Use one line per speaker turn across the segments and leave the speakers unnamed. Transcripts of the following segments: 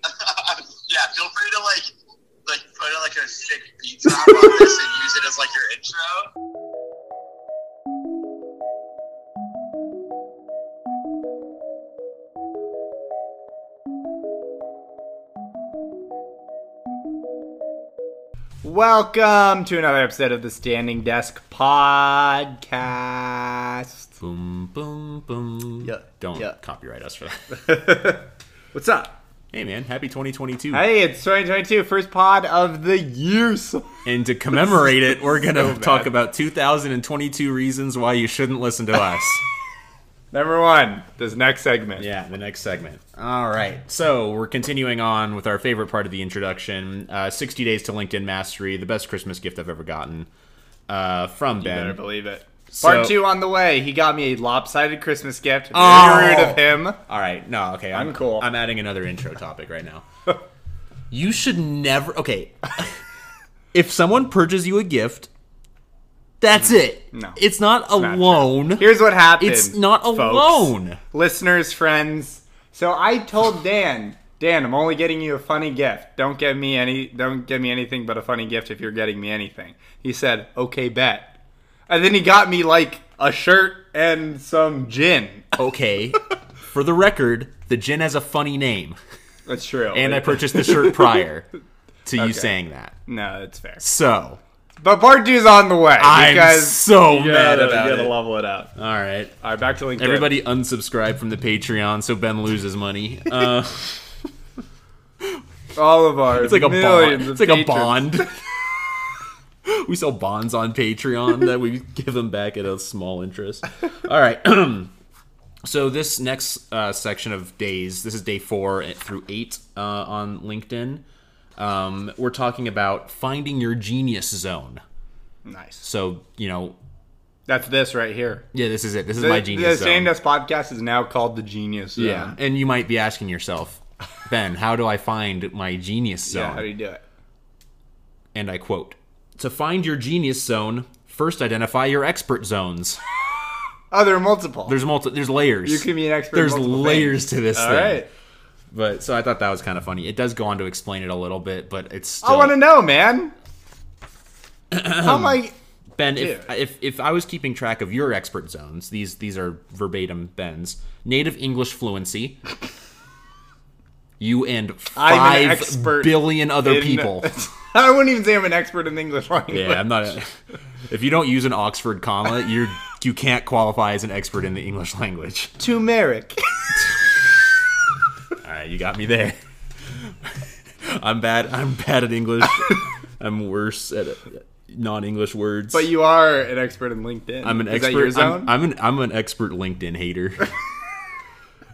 feel free to like like put in, like a sick beat drop on this and use it as like your intro.
Welcome to another episode of the Standing Desk Podcast.
Boom, boom, boom.
Yeah,
Don't
yeah.
copyright us for that.
What's up?
hey, man. Happy 2022.
Hey, it's 2022, first pod of the year. so-
And to commemorate it, we're going to
So
talk
bad.
about 2022 reasons why you shouldn't listen to us.
Number one, this next segment.
yeah, the next segment. All right. So we're continuing on with our favorite part of the introduction uh, 60 Days to LinkedIn Mastery, the best Christmas gift I've ever gotten uh, from
Better
Ben.
believe it.
So-
Part two on the way. He got me a lopsided Christmas gift. Very
Oh.
rude of him.
All right. No, okay.
I'm cool.
I'm adding another intro topic right now. you should never. Okay. if someone purges you a gift, that's it.
No.
It's not
not
alone.
Here's what happened.
it's not
folks.
alone.
Listeners, friends. So I told Dan, Dan, I'm only getting you a funny gift. Don't get me any don't get me anything but a funny gift if you're getting me anything. He said, "Okay, bet." And then he got me like a shirt and some gin.
Okay. For the record, the gin has a funny name,
That's true.
and I purchased the shirt prior to you saying that.
No, that's fair.
So
But part two's on the way
I'm
because
so
you
mad
gotta-
about
you
it.
gotta level it up.
All right.
All right, back to LinkedIn.
Everybody unsubscribe from the Patreon so Ben loses money. Uh,
all of our
It's like a
millions
bond.
of
It's like a
patrons.
bond. we sell bonds on Patreon that we give them back at a small interest. All right. so this next uh, section of days, this is day four through eight uh, on LinkedIn. Um, we're talking about finding your genius zone.
Nice.
So you know,
That's this right here.
yeah, this is it. This is
The,
my genius
the
zone.
Sandus podcast is now called the Genius Zone.
yeah, and you might be asking yourself, Ben, how do I find my genius zone?
Yeah, how do you do it?
and I quote To find your genius zone, first identify your expert zones.
Oh, there are multiple.
There's multi there's layers.
you can be an expert. in
there's
multiple
layers
things.
to this
All
thing.
right.
But so I thought that was kind of funny. It does go on to explain it a little bit, but it's still
I want to know, man. How am I?
Ben, if, if if I was keeping track of your expert zones, these these are verbatim Ben's. Native English fluency. You and
I'm an
five
expert
billion other
in-
people.
I wouldn't even say I'm an expert in the English language.
Yeah, I'm not. if you don't use an Oxford comma, you're you can't qualify as an expert in the English language.
Turmeric.
All right, you got me there. I'm bad. I'm bad at English. I'm worse at non-English words.
but you are an expert in LinkedIn.
I'm an
is
expert.
That your zone?
I'm, I'm an I'm an expert LinkedIn hater.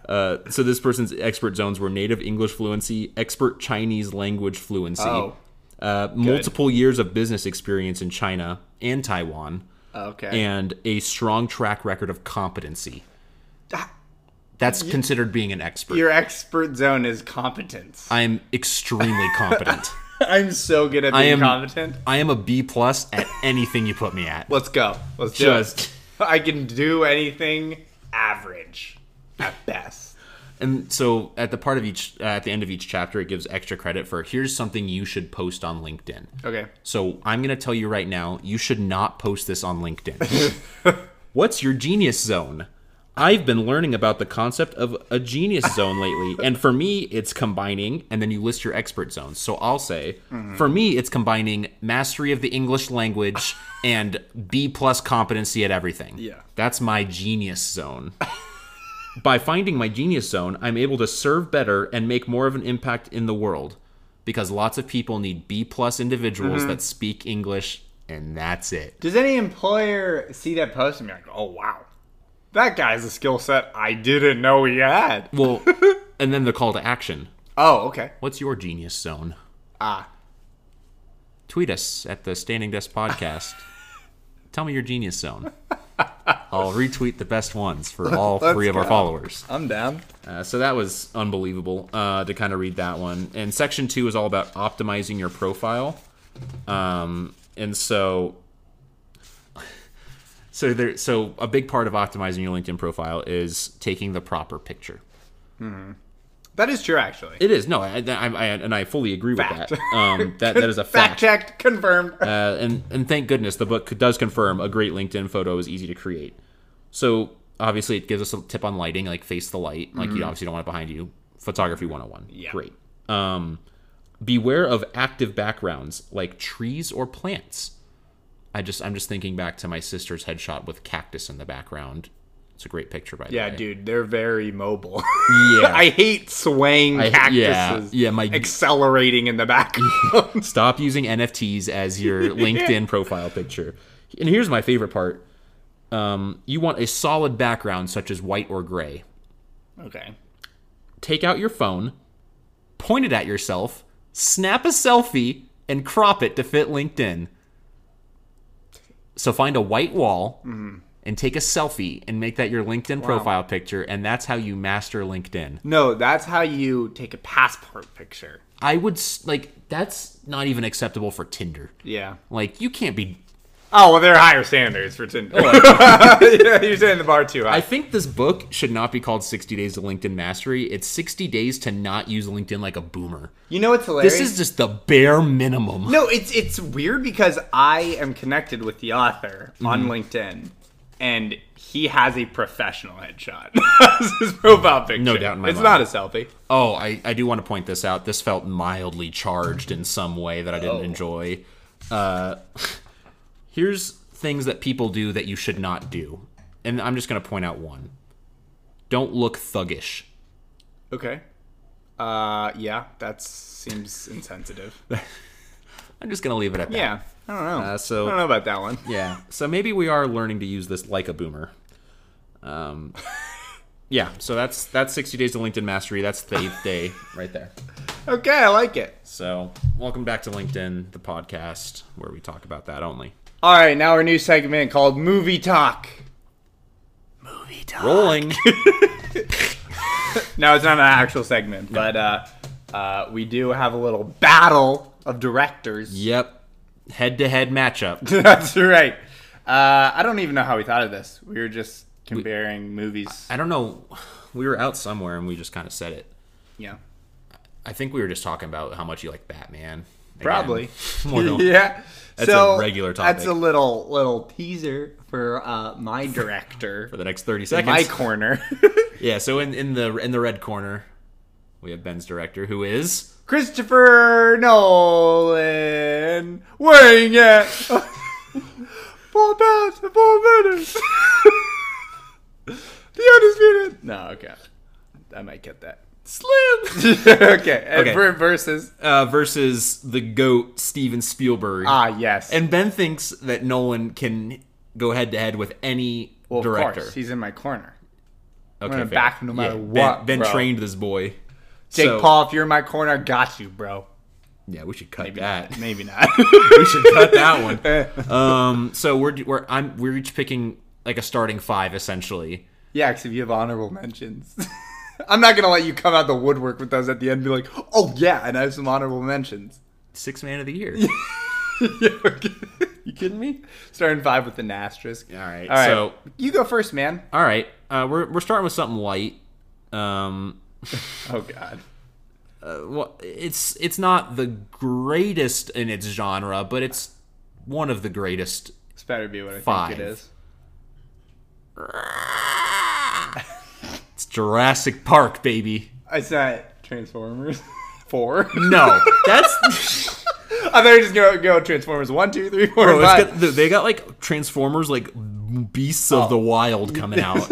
Uh, so this person's expert zones were native English fluency, expert Chinese language fluency,
Oh.
uh, multiple years of business experience in China and Taiwan,
okay.
and a strong track record of competency.
Ah,
That's considered being an expert.
your expert zone is competence.
I'm extremely competent.
I'm so good at being
am-
competent.
I am a B plus at anything you put me at.
Let's go. Let's do it.
Just
I can do anything average at best.
and so at the part of each uh, at the end of each chapter, it gives extra credit for here's something you should post on LinkedIn.
Okay.
So I'm gonna tell you right now, you should not post this on LinkedIn. What's your genius zone? I've been learning about the concept of a genius zone lately, and for me, it's combining, and then you list your expert zones. So I'll say, for me, it's combining mastery of the English language and B plus competency at everything.
Yeah.
That's my genius zone. By finding my genius zone, I'm able to serve better and make more of an impact in the world because lots of people need B plus individuals that speak English, and that's it.
Does any employer see that post and be like, "Oh wow, that guy's a skill set I didn't know he had"?
Well, and then the call to action.
Oh, okay.
What's your genius zone?
Ah,
Tweet us at the Standing Desk Podcast. Tell me your genius zone. I'll retweet the best ones for all
Let's
three of our
go.
followers.
I'm down.
Uh, so that was unbelievable uh, to kind of read that one. And section two is all about optimizing your profile. Um, and so, so there, so a big part of optimizing your LinkedIn profile is taking the proper picture.
That is true, actually.
It is no, I, I, I and I fully agree
Fact.
with that. Um, that that is a
Fact
fact.
checked, confirmed.
Uh, and and thank goodness the book does confirm a great LinkedIn photo is easy to create. So obviously it gives us a tip on lighting, like face the light, like you obviously don't want it behind you. Photography 101.
Mm-hmm. Yeah.
Great. Um, beware of active backgrounds like trees or plants. I just I'm just thinking back to my sister's headshot with cactus in the background. It's a great picture by the
yeah,
way.
dude, they're very mobile.
Yeah.
I hate swaying
I- yeah,
cactuses
yeah, my
accelerating in the background.
Stop using NFTs as your LinkedIn profile picture. And here's my favorite part. Um, you want a solid background such as white or gray.
okay.
Take out your phone, point it at yourself, snap a selfie, and crop it to fit LinkedIn. So find a white wall and take a selfie and make that your LinkedIn profile picture, and that's how you master LinkedIn.
No, that's how you take a passport picture.
I would s- like that's not even acceptable for Tinder.
Yeah.
Like you can't be
Oh well, there are higher standards for Tinder. yeah, you're setting the bar too high.
I think this book should not be called 60 Days to LinkedIn Mastery. It's 60 days to not use LinkedIn like a boomer.
you know what's hilarious?
This is just the bare minimum.
No, it's it's weird because I am connected with the author
Mm-hmm.
on LinkedIn, and he has a professional headshot as his profile picture.
No doubt in my
it's
mind.
not a selfie.
Oh, I, I do want to point this out. This felt mildly charged in some way that I didn't enjoy. Uh, here's things that people do that you should not do. And I'm just going to point out one. Don't look thuggish.
Okay. Uh, yeah, that seems insensitive.
I'm just going to leave it at that.
Yeah, I don't know.
Uh, so-
I don't know about that one.
Yeah. So maybe we are learning to use this like a boomer. Um, yeah. So that's that's 60 days to LinkedIn mastery. That's the eighth day right there.
Okay, I like it.
So welcome back to LinkedIn, the podcast where we talk about that only.
All right, now our new segment called Movie Talk. Movie Talk.
Rolling.
No, it's not an actual segment, but uh, uh, we do have a little battle of directors.
yep. Head to head matchup.
That's right. Uh, I don't even know how we thought of this. We were just comparing movies.
I don't know. We were out somewhere and we just kind of said it.
yeah.
I think we were just talking about how much you like Batman. Again.
Probably.
More than-
yeah.
That's a regular
That's a
topic.
little little teaser for uh, my director,
For the next 30
my
seconds.
corner,
yeah. So in, in the in the red corner, we have Ben's director, who is.
Christopher Nolan, weighing at four pounds and four minutes. the undisputed. No, okay. I might get that.
Slim
okay. And
Okay.
for versus.
uh, versus the goat Steven Spielberg.
Ah, yes.
And Ben thinks that Nolan can go head to head with any
Well,
director.
Of course, he's in my corner.
okay,
gonna
fair.
back him no matter
Ben-
what,
Ben,
bro.
trained this boy.
Jake
So-
Paul, if you're in my corner, I got you, bro.
Yeah, we should cut that.
Maybe not.
we should cut that one. Um, so we're we're I'm we're each picking like a starting five essentially.
yeah, because if you have honorable mentions, I'm not gonna let you come out the woodwork with those at the end. and Be like, oh yeah, and I have some honorable mentions.
Six man of the year.
Yeah, okay. you kidding me? Starting five with an asterisk.
All right,
All right.
so-
you go first, man.
All right, uh, we're we're starting with something light. Um, uh,
Oh God.
well, it's it's not the greatest in its genre, but it's one of the greatest.
This better be what I
Five.
think it is.
It's Jurassic Park, baby.
It's not Transformers. Four.
No, that's
I thought you were just gonna go Transformers one, two, three, four,
Bro, it's
five.
got- they got like Transformers, like beasts of the wild coming out.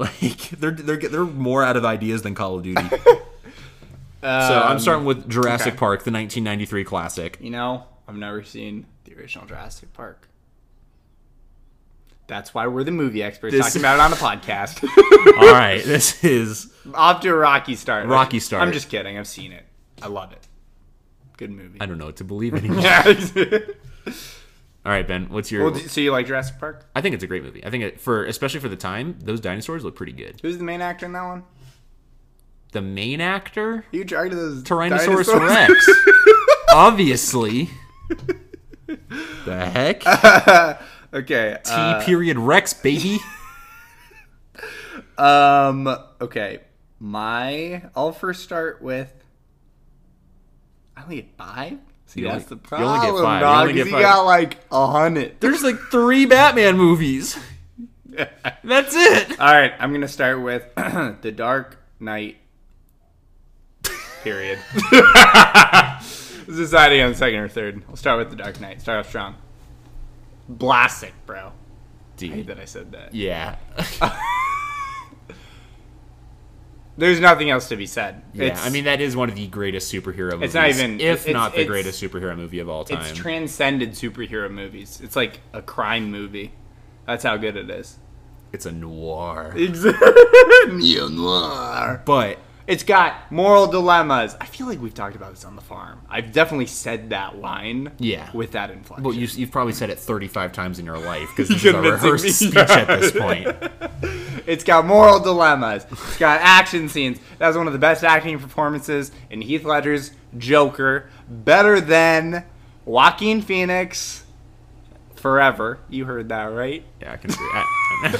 like they're they're they're more out of ideas than Call of Duty. so I'm starting with Jurassic
okay.
Park, the 1993 classic.
You know, I've never seen the original Jurassic Park. That's why we're the movie experts
This-
talking about it on a podcast.
All right, this is
Off to a rocky start.
Rocky start.
I'm just kidding. I've seen it. I love it. Good movie.
I don't know what to believe anymore.
well,
All right, Ben, what's your?
d- so you like Jurassic Park?
I think it's a great movie. I think it, for especially for the time, those dinosaurs look pretty good.
Who's the main actor in that one?
The main actor,
You dragged those
Tyrannosaurus
dinosaurs?
Rex, obviously. The heck, T
okay. uh,
period Rex, baby.
um. Okay. my I'll first start with I only get five? See
You only-
that's the
you
problem.
only get five. You
dog,
only
'cause
get
he
five.
got like a hundred.
There's like three Batman movies. That's it.
Alright, I'm gonna start with The Dark Knight. Period. Society on second or third. We'll start with The Dark Knight. Start off strong. Blastic, bro. I hate
Dude.
that I said that.
Yeah.
There's nothing else to be said.
yeah.
It's-
I mean, that is one of the greatest superhero movies.
It's not even-
if
it's-
not the
it's-
greatest superhero movie of all time.
It's transcended superhero movies. It's like a crime movie. That's how good it is.
It's a noir.
Neo noir.
But
It's got moral dilemmas. I feel like we've talked about this on the farm. I've definitely said that line.
Yeah.
With that inflection.
well, you, you've probably said it 35 times in your life because
You're
this is
convincing
a
me.
rehearsed speech at this point.
It's got moral dilemmas. It's got action scenes. That was one of the best acting performances in Heath Ledger's Joker. Better than Joaquin Phoenix. Forever. You heard that, right?
Yeah, I can agree. I,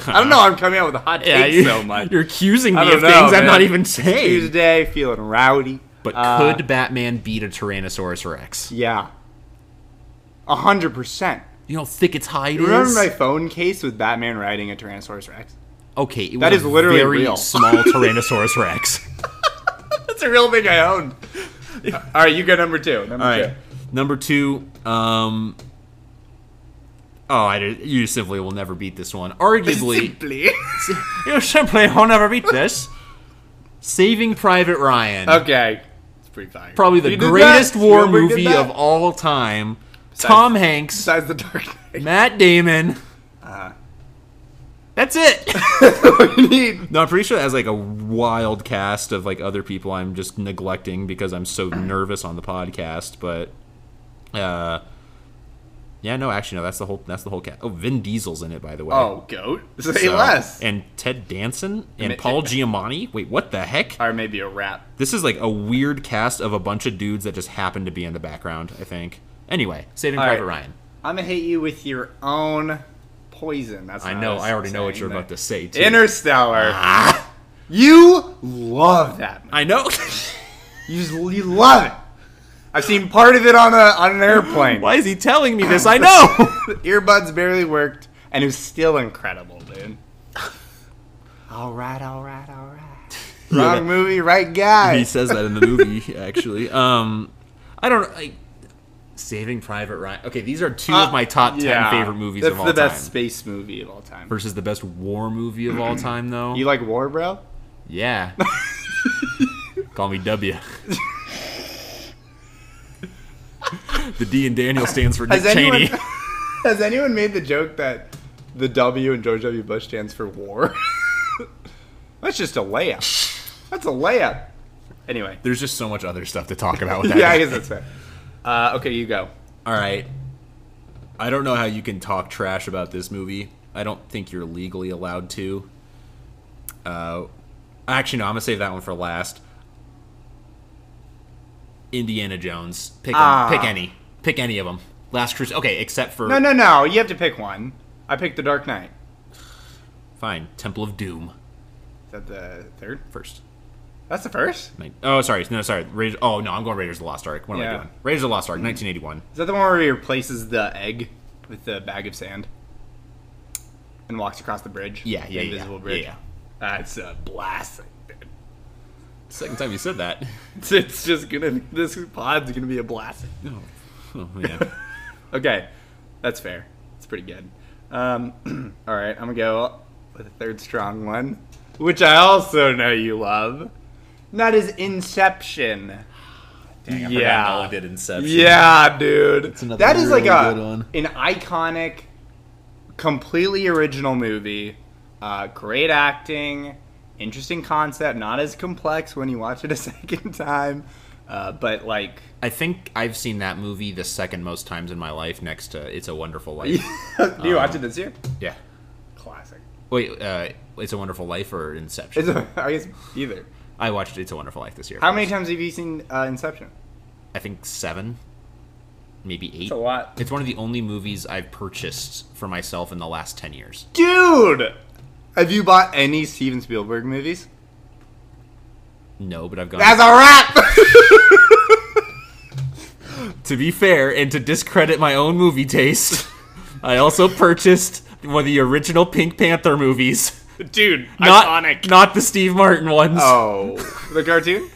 I don't know. I'm coming out with a hot
Yeah,
take
you,
so much.
You're accusing me
I don't
of
know,
things I'm
man.
not even saying.
Tuesday, feeling rowdy.
But
Uh,
could Batman beat a Tyrannosaurus Rex?
yeah, a hundred percent.
You don't think it's high? It
Remember
is?
my phone case with Batman riding a Tyrannosaurus Rex?
okay, it
That
was
is
a
literally
very
real.
small Tyrannosaurus Rex.
That's a real thing I owned. All right, you go number two. Number
All right, number two. Um, oh, I did, you simply will never beat this one.
two.
Arguably,
Simply.
you simply will never beat this. Saving Private Ryan,
okay, it's pretty fire.
probably the
You did
greatest
that.
war
Spielberg did
movie
that.
of all time. Tom Hanks,
Besides the Dark Knight.
Matt Damon.
Uh-huh.
That's it.
We need-
No, I'm pretty sure that has like a wild cast of like other people I'm just neglecting because I'm so nervous on the podcast, but uh yeah, no, actually no, that's the whole that's the whole cast. Oh, Vin Diesel's in it by the way.
oh, goat. Say
So-
less.
And Ted Danson and
Mi-
Paul Giamatti. Wait, what the heck?
Or maybe a rap.
This is like a weird cast of a bunch of dudes that just happen to be in the background, I think. Anyway, Saving
All
Private
right.
Ryan.
I'm gonna hit you with your own poison. That's
I
not
know,
us
I already know what
saying
you're
that.
about to say too.
Interstellar. Ah. You love that. movie.
I know.
You just you love it. I've seen part of it on a on an airplane.
Why is he telling me this? I know.
The earbuds barely worked, and it was still incredible, dude. all right, all right, all right. Wrong movie, right guy.
he says that in the movie actually um i don't like saving private ryan okay these are two of my top 10
Uh, Yeah.
favorite movies
That's
of all
the
time
best space movie of all time.
versus the best war movie of all time though
You like war, bro?
yeah call me w the d in daniel stands for
Has
dick cheney
anyone- Has anyone made the joke that the W in George W. Bush stands for war? That's just a layup. That's a layup. Anyway.
there's just so much other stuff to talk about with that
yeah, I guess that's fair. Uh, okay, you go.
all right i don't know how you can talk trash about this movie i don't think you're legally allowed to uh actually no i'm gonna save that one for last indiana jones pick 'em.
Ah.
pick any pick any of them last cruise okay except for
No, no, no. You have to pick one. I picked The Dark Knight.
fine temple of doom
Is that the third?
first
That's the first?
Nin- Oh, sorry. No, sorry. Raiders, oh, no, I'm going Raiders of the Lost Ark. What am I
Yeah.
doing? Raiders of the Lost Ark, 1981.
Is that the one where he replaces the egg with the bag of sand and walks across the bridge?
Yeah,
The
yeah, yeah.
invisible
yeah,
bridge.
yeah.
That's a blast.
Second time you said that.
It's, it's just gonna. This pod's gonna be a blast.
Oh, oh, yeah.
Okay, that's fair. It's pretty good. Um, all right, I'm gonna go with a third strong one, which I also know you love. And that is Inception.
Dang, I forgot
Yeah.
Nolan did Inception.
Yeah, dude.
another
That is like
really
a
good one.
an iconic, completely original movie. Uh, great acting, interesting concept, not as complex when you watch it a second time, uh, but like
I think I've seen that movie the second most times in my life, next to It's a Wonderful
do
Life.
you watch it this year?
yeah.
Classic.
Wait, uh, It's a Wonderful Life or Inception?
It's a, I guess either.
I watched It's a Wonderful Life this year.
How many times have you seen uh, Inception?
I think seven, maybe eight.
lot,
It's one of the only movies I've purchased for myself in the last ten years.
dude. Have you bought any Steven Spielberg movies?
No, but I've gone.
That's a wrap.
to be fair, and to discredit my own movie taste, I also purchased one of the original Pink Panther movies.
Dude,
Not,
iconic.
not the Steve Martin ones.
oh, the cartoon.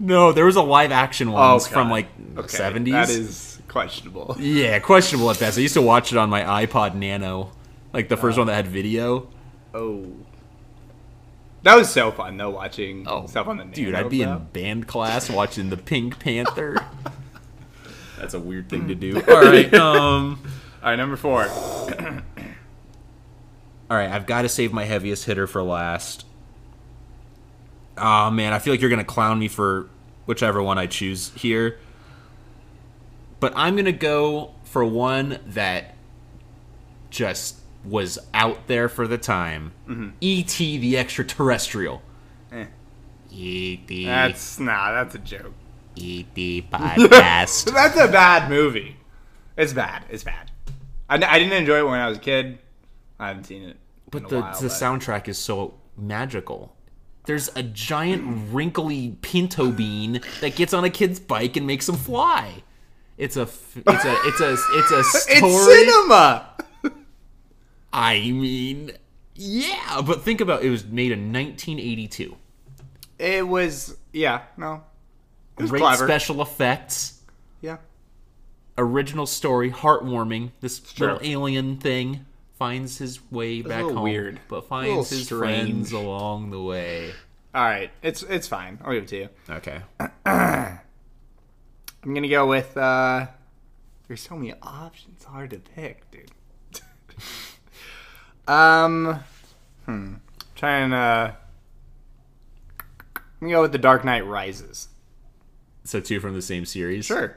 No, there was a live action
Oh,
ones from
God.
like the
Okay,
70s.
That is questionable.
Yeah, questionable at best. I used to watch it on my iPod Nano, like the first one that had video.
Oh. That was so fun though, watching
Oh,
stuff on the
Dude,
Nano
I'd be
though.
in band class watching the Pink Panther. That's a weird thing to do. All right, um,
All right, number four.
all right. I've got to save my heaviest hitter for last. Oh man, I feel like you're gonna clown me for whichever one I choose here. But I'm gonna go for one that just was out there for the time. E.T. the extraterrestrial. E
Eh.
E.T.
That's nah, that's a joke.
E.T. E podcast.
That's a bad movie. It's bad. It's bad. I, I didn't enjoy it when I was a kid. I haven't seen it. in
but
a
the,
while,
the soundtrack is so magical. There's a giant wrinkly pinto bean that gets on a kid's bike and makes him fly. It's a f- it's a it's a it's a story.
It's cinema.
I mean, yeah, but think about it was made in 1982.
It was yeah no. It was
Great
clever.
special effects,
yeah.
original story, heartwarming. This
true.
little alien thing finds his way back
little
home,
weird.
but
little
finds his
strange.
friends along the way.
All right. It's it's fine. I'll give it to you.
Okay.
I'm gonna go with. uh There's so many options. It's Hard to pick, dude. um, hmm. Trying to. I'm gonna go with the Dark Knight Rises.
So two from the same series.
Sure.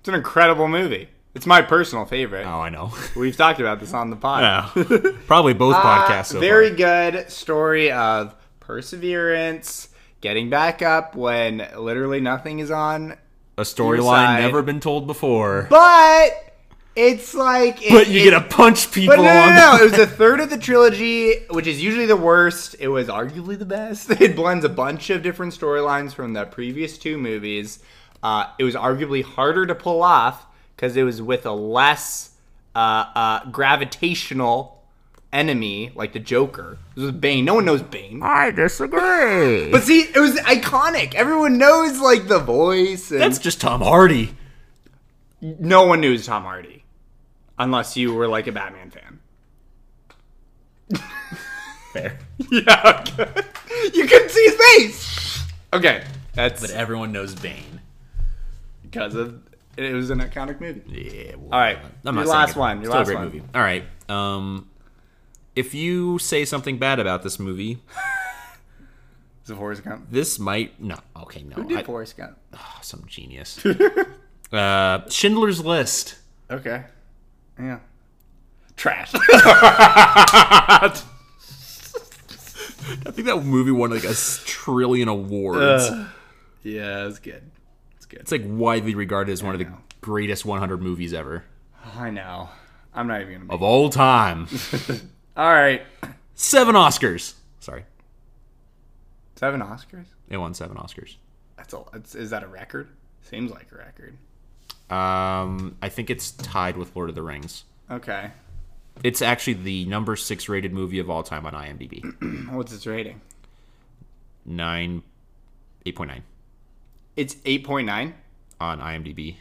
It's an incredible movie. It's my personal favorite.
Oh, I know.
We've talked about this on the pod.
Probably both
Uh,
podcasts. So
very
far.
good story of perseverance, getting back up when literally nothing is on.
a
Suicide.
storyline never been told before. But,
But it's like it-
you
it-
get to punch people
But no, no,
along.
no, no.
the-
It was the third of the trilogy, which is usually the worst. It was arguably the best. It blends a bunch of different storylines from the previous two movies. Uh, it was arguably harder to pull off because it was with a less uh, uh, gravitational enemy, like the Joker. This was Bane. No one knows Bane.
I disagree.
But see, it was iconic. Everyone knows, like, the voice. And
That's just Tom Hardy.
No one knew it was Tom Hardy. Unless you were, like, a Batman fan.
Fair.
Yeah, okay. you couldn't see his face. Okay, that's
But uh, everyone knows Bane.
because of it was an iconic movie.
Yeah. Well,
All right,
I'm
your
not saying
last
it.
one. Your
Still
last
a great
one.
movie. All right. Um, if you say something bad about this movie,
Is it Forrest Gump?
this might no. Okay, no.
Who did
I-
Forrest Gump?
oh, some genius. uh, Schindler's List.
Okay, yeah, trash.
I think that movie won like a s- trillion awards.
Uh, yeah, it's good. It's good.
It's like widely regarded as one of the
know.
greatest 100 movies ever
I know. I'm not even gonna.
of all time.
All right,
seven Oscars. Sorry,
seven Oscars.
it won seven Oscars.
That's a. It's, is that a record? Seems like a record.
Um, I think it's tied with Lord of the Rings.
Okay,
It's actually the number six rated movie of all time on IMDb.
what's its rating?
Nine, eight point nine
It's eight point nine.
on IMDb.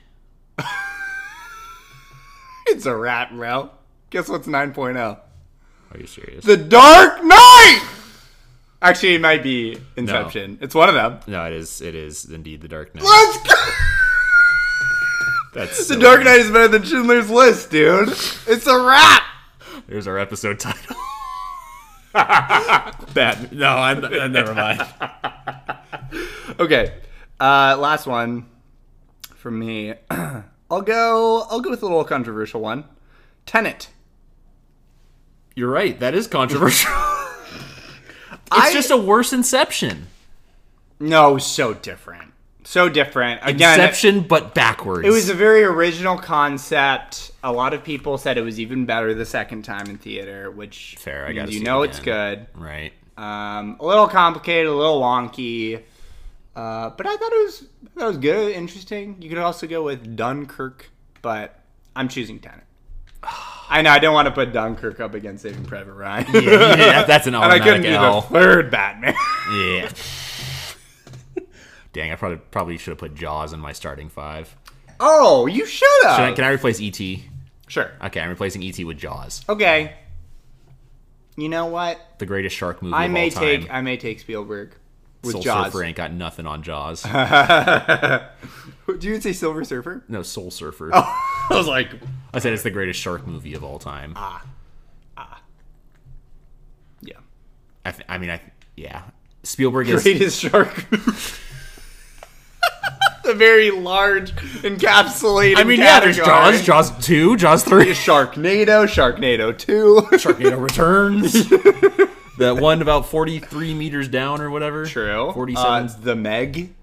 It's a rat, bro. Guess what's nine oh?
Are you serious?
The Dark Knight. Actually, it might be Inception. It's one of them.
no, it is. It is indeed the Dark Knight.
Let's go.
That's
The
so
Dark
weird.
Knight is better than Schindler's List, dude. It's a wrap.
There's our episode title. Bad. No, I'm, i never mind.
Okay, uh, last one from me. I'll go. I'll go with a little controversial one. Tenet.
You're right. That is controversial.
I-
it's just a worse Inception.
No, so different. So different. Again,
Inception, but backwards.
It was a very original concept. A lot of people said it was even better the second time in theater, which
Fair, I
means
gotta
you
see it
know it's
again.
good.
right.
Um, a little complicated, a little wonky, uh, but I thought it was I thought it was good, interesting. You could also go with Dunkirk, but I'm choosing Tenet. I know I don't want to put Dunkirk up against Saving Private Ryan.
Yeah, that- that's an
and I couldn't
automatic
do
L.
the third Batman.
Yeah. Dang, I probably probably should have put Jaws in my starting five.
oh, you should
Can I,
have.
can I replace ET?
Sure.
Okay, I'm replacing ET with Jaws,
Okay. You know what?
the greatest shark movie
I
of
may
all time.
take I may take Spielberg with
Soul
Jaws. Uh-huh.
Surfer ain't got nothing on Jaws.
Do you say Silver Surfer?
no, Soul Surfer.
I was like, Ah.
I said it's the greatest shark movie of all time.
yeah,
I, th- I mean, I yeah. Spielberg is
greatest shark. the very large encapsulated.
I mean, yeah, there's
category.
Jaws, Jaws 2, Jaws 3,
Sharknado, Sharknado Two.
Sharknado Returns. that one about 43 meters down or whatever.
True.
47.
Uh, the Meg.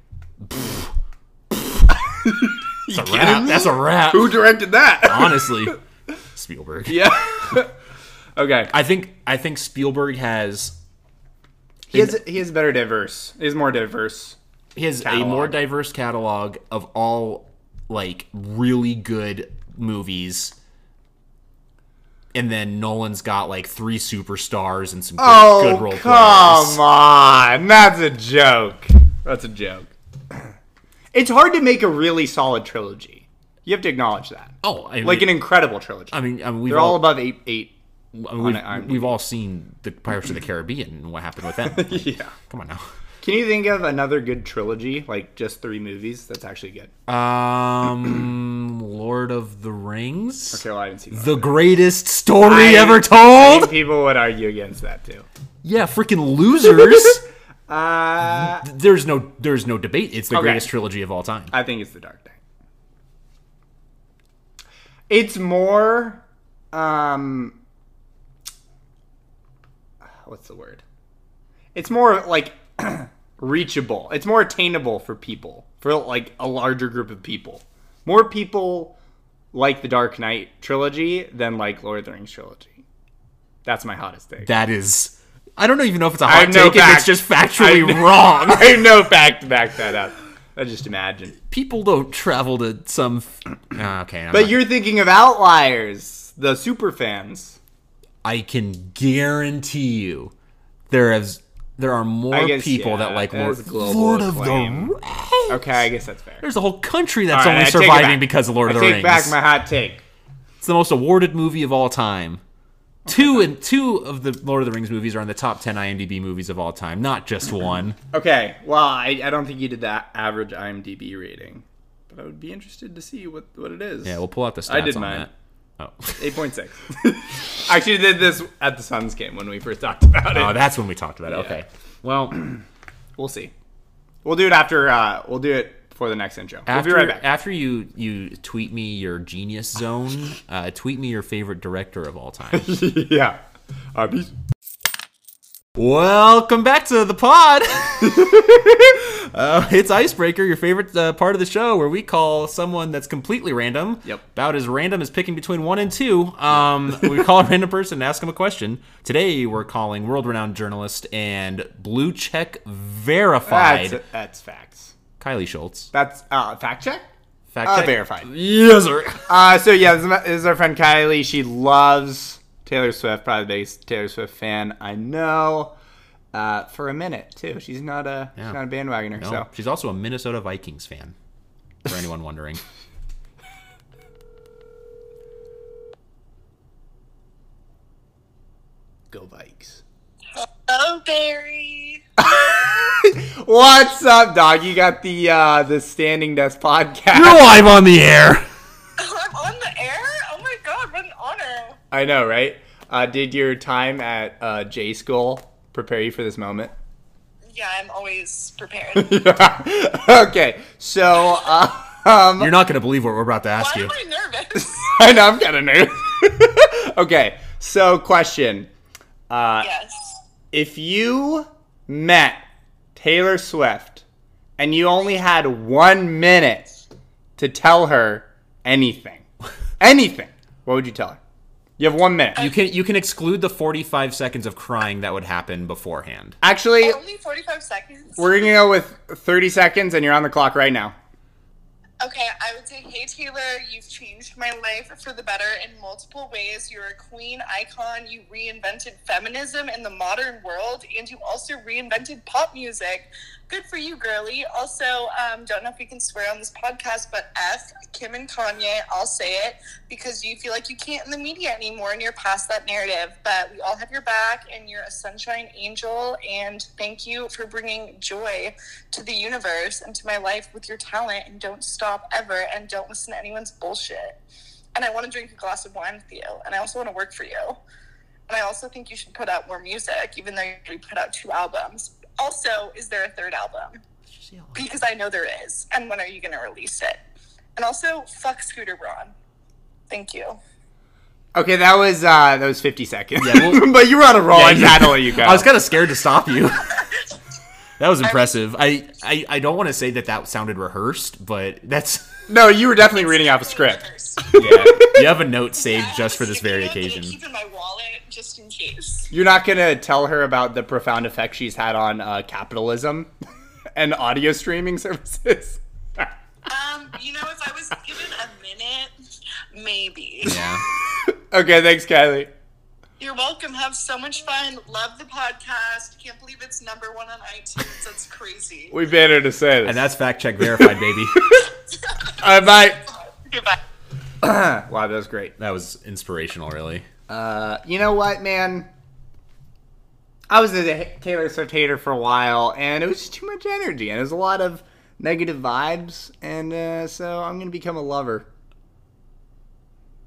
that's,
Uh,
a wrap. that's a wrap.
Who directed that?
Honestly, Spielberg.
yeah. okay.
I think I think Spielberg has
He is he is better diverse. He's more diverse.
he has a
Catalog.
more diverse catalog of all like really good movies. And then Nolan's got like three superstars and some good,
Oh,
good role
come
players.
on. That's a joke. That's a joke. It's hard to make a really solid trilogy. You have to acknowledge that.
Oh, I mean,
Like an incredible trilogy.
I mean, I mean we've
They're all above 8 8.
I mean,
on
we've,
IMDb.
we've all seen the Pirates of the Caribbean and what happened with them.
Yeah.
Come on
Can you think of another good trilogy? Like just three movies? That's actually good.
now. Um, Lord of the Rings,
Okay, well, I haven't seen that.
the greatest story
I-
ever
I
told.
think people would argue against that too.
Yeah, freaking losers.
Uh,
there's no, there's no debate. It's the
Okay.
greatest trilogy of all time.
I think it's The Dark Knight. It's more. Um, what's the word? It's more like reachable. It's more attainable for people, for like a larger group of people. More people like the Dark Knight trilogy than like Lord of the Rings trilogy. That's my hottest take.
That is, I don't even know if it's a
have
hot
no
take. If
fact.
it's just factually
I-
wrong.
I have no fact to back that up. I just imagine.
People don't travel to some. f- Ah, okay, I'm
But
not-
you're thinking of outliers, the super fans.
I can guarantee you, there is there are more
I guess,
people
yeah,
that like
that
Lord,
is global
Lord of
acclaim.
the Rings.
Okay, I guess that's fair.
There's a whole country that's
All right,
only
I take it
surviving
back.
because of Lord
I
of the
take
Rings.
back my hot take.
it's the most awarded movie of all time. Two and two of the Lord of the Rings movies are in the top ten IMDb movies of all time, not just one.
Okay, well, I, I don't think you did that average IMDb rating, but I would be interested to see what, what it is.
Yeah, we'll pull out the stats
I did
on
mine.
that. Oh.
8.6. I actually did this at the Suns game when we first talked about it.
oh, that's when we talked about it. Okay. Well,
we'll see. We'll do it after, uh, we'll do it for the next intro.
after
we'll be right back.
after you you tweet me your genius zone, uh, tweet me your favorite director of all time.
yeah. Uh, peace.
Welcome back to the pod. uh, it's Icebreaker, your favorite uh, part of the show, where we call someone that's completely random.
Yep.
About as random as picking between one and two. Um, we call a random person and ask them a question. Today, we're calling world-renowned journalist and blue check verified
That's, that's facts.
Kylie Schultz.
That's uh, fact check?
Fact
Uh,
check.
verified.
Yes, sir.
Uh, so yeah, this is, my, this is our friend Kylie. She loves Taylor Swift, probably the biggest Taylor Swift fan I know. Uh, for a minute too. She's not a
Yeah.
she's not a bandwagoner.
No,
So
she's also a Minnesota Vikings fan. For anyone wondering.
go Vikes.
Oh,
Hello, Barry.
What's up, dog? You got the uh, the standing desk podcast.
You're live on the air.
I'm on the air? Oh my god, what an honor.
I know, right? Uh, did your time at uh, J school prepare you for this moment?
Yeah, I'm always prepared.
okay, so uh, um,
You're not going to believe what we're about to ask
Why
you.
am I nervous?
I know I'm kind of nervous. okay, so question.
yes.
if you met Taylor Swift and you only had one minute to tell her anything, anything, what would you tell her? You have one minute.
You can you can exclude the 45 seconds of crying that would happen beforehand.
Actually,
Oh.
Only 45 seconds.
we're gonna go with 30 seconds, and you're on the clock right now.
Okay, I would say, hey Taylor, you've changed my life for the better in multiple ways. You're a queen icon. You reinvented feminism in the modern world, and you also reinvented pop music. Good for you, girly. Also, um, don't know if we can swear on this podcast, but F Kim and Kanye, I'll say it because you feel like you can't in the media anymore and you're past that narrative. But we all have your back, and you're a sunshine angel. And thank you for bringing joy to the universe and to my life with your talent and don't stop ever and don't listen to anyone's bullshit. And I want to drink a glass of wine with you and I also want to work for you. And I also think you should put out more music, even though you already put out two albums. Also, is there a third album? Because I know there is. And when are you going to release it? And also, fuck Scooter Braun. Thank you.
Okay, that was uh, that was 50 seconds.
well-
but you were on a roll.
Yeah,
I
you-
had to let you go.
I was kind of scared to stop you. that was impressive. I I, I don't want to say that that sounded rehearsed, but that's
no, you were definitely reading off a script.
yeah. You have a note saved just for this very
I'm gonna
occasion.
Keep in my wallet just in case.
You're not gonna tell her about the profound effect she's had on uh, capitalism and audio streaming services.
Um, you know, if I was given a minute, maybe.
Yeah.
okay, thanks, Kylie.
You're welcome. Have so much fun. Love the podcast. Can't believe it's number one on iTunes. That's crazy.
We banned her to say
And
this.
that's fact check verified, baby.
All right, bye.
Goodbye.
Wow, that was great.
That was inspirational, really.
Uh, You know what, man? I was a Taylor Swift hater for a while, and it was just too much energy, and it was a lot of negative vibes, and uh, so I'm gonna become a lover.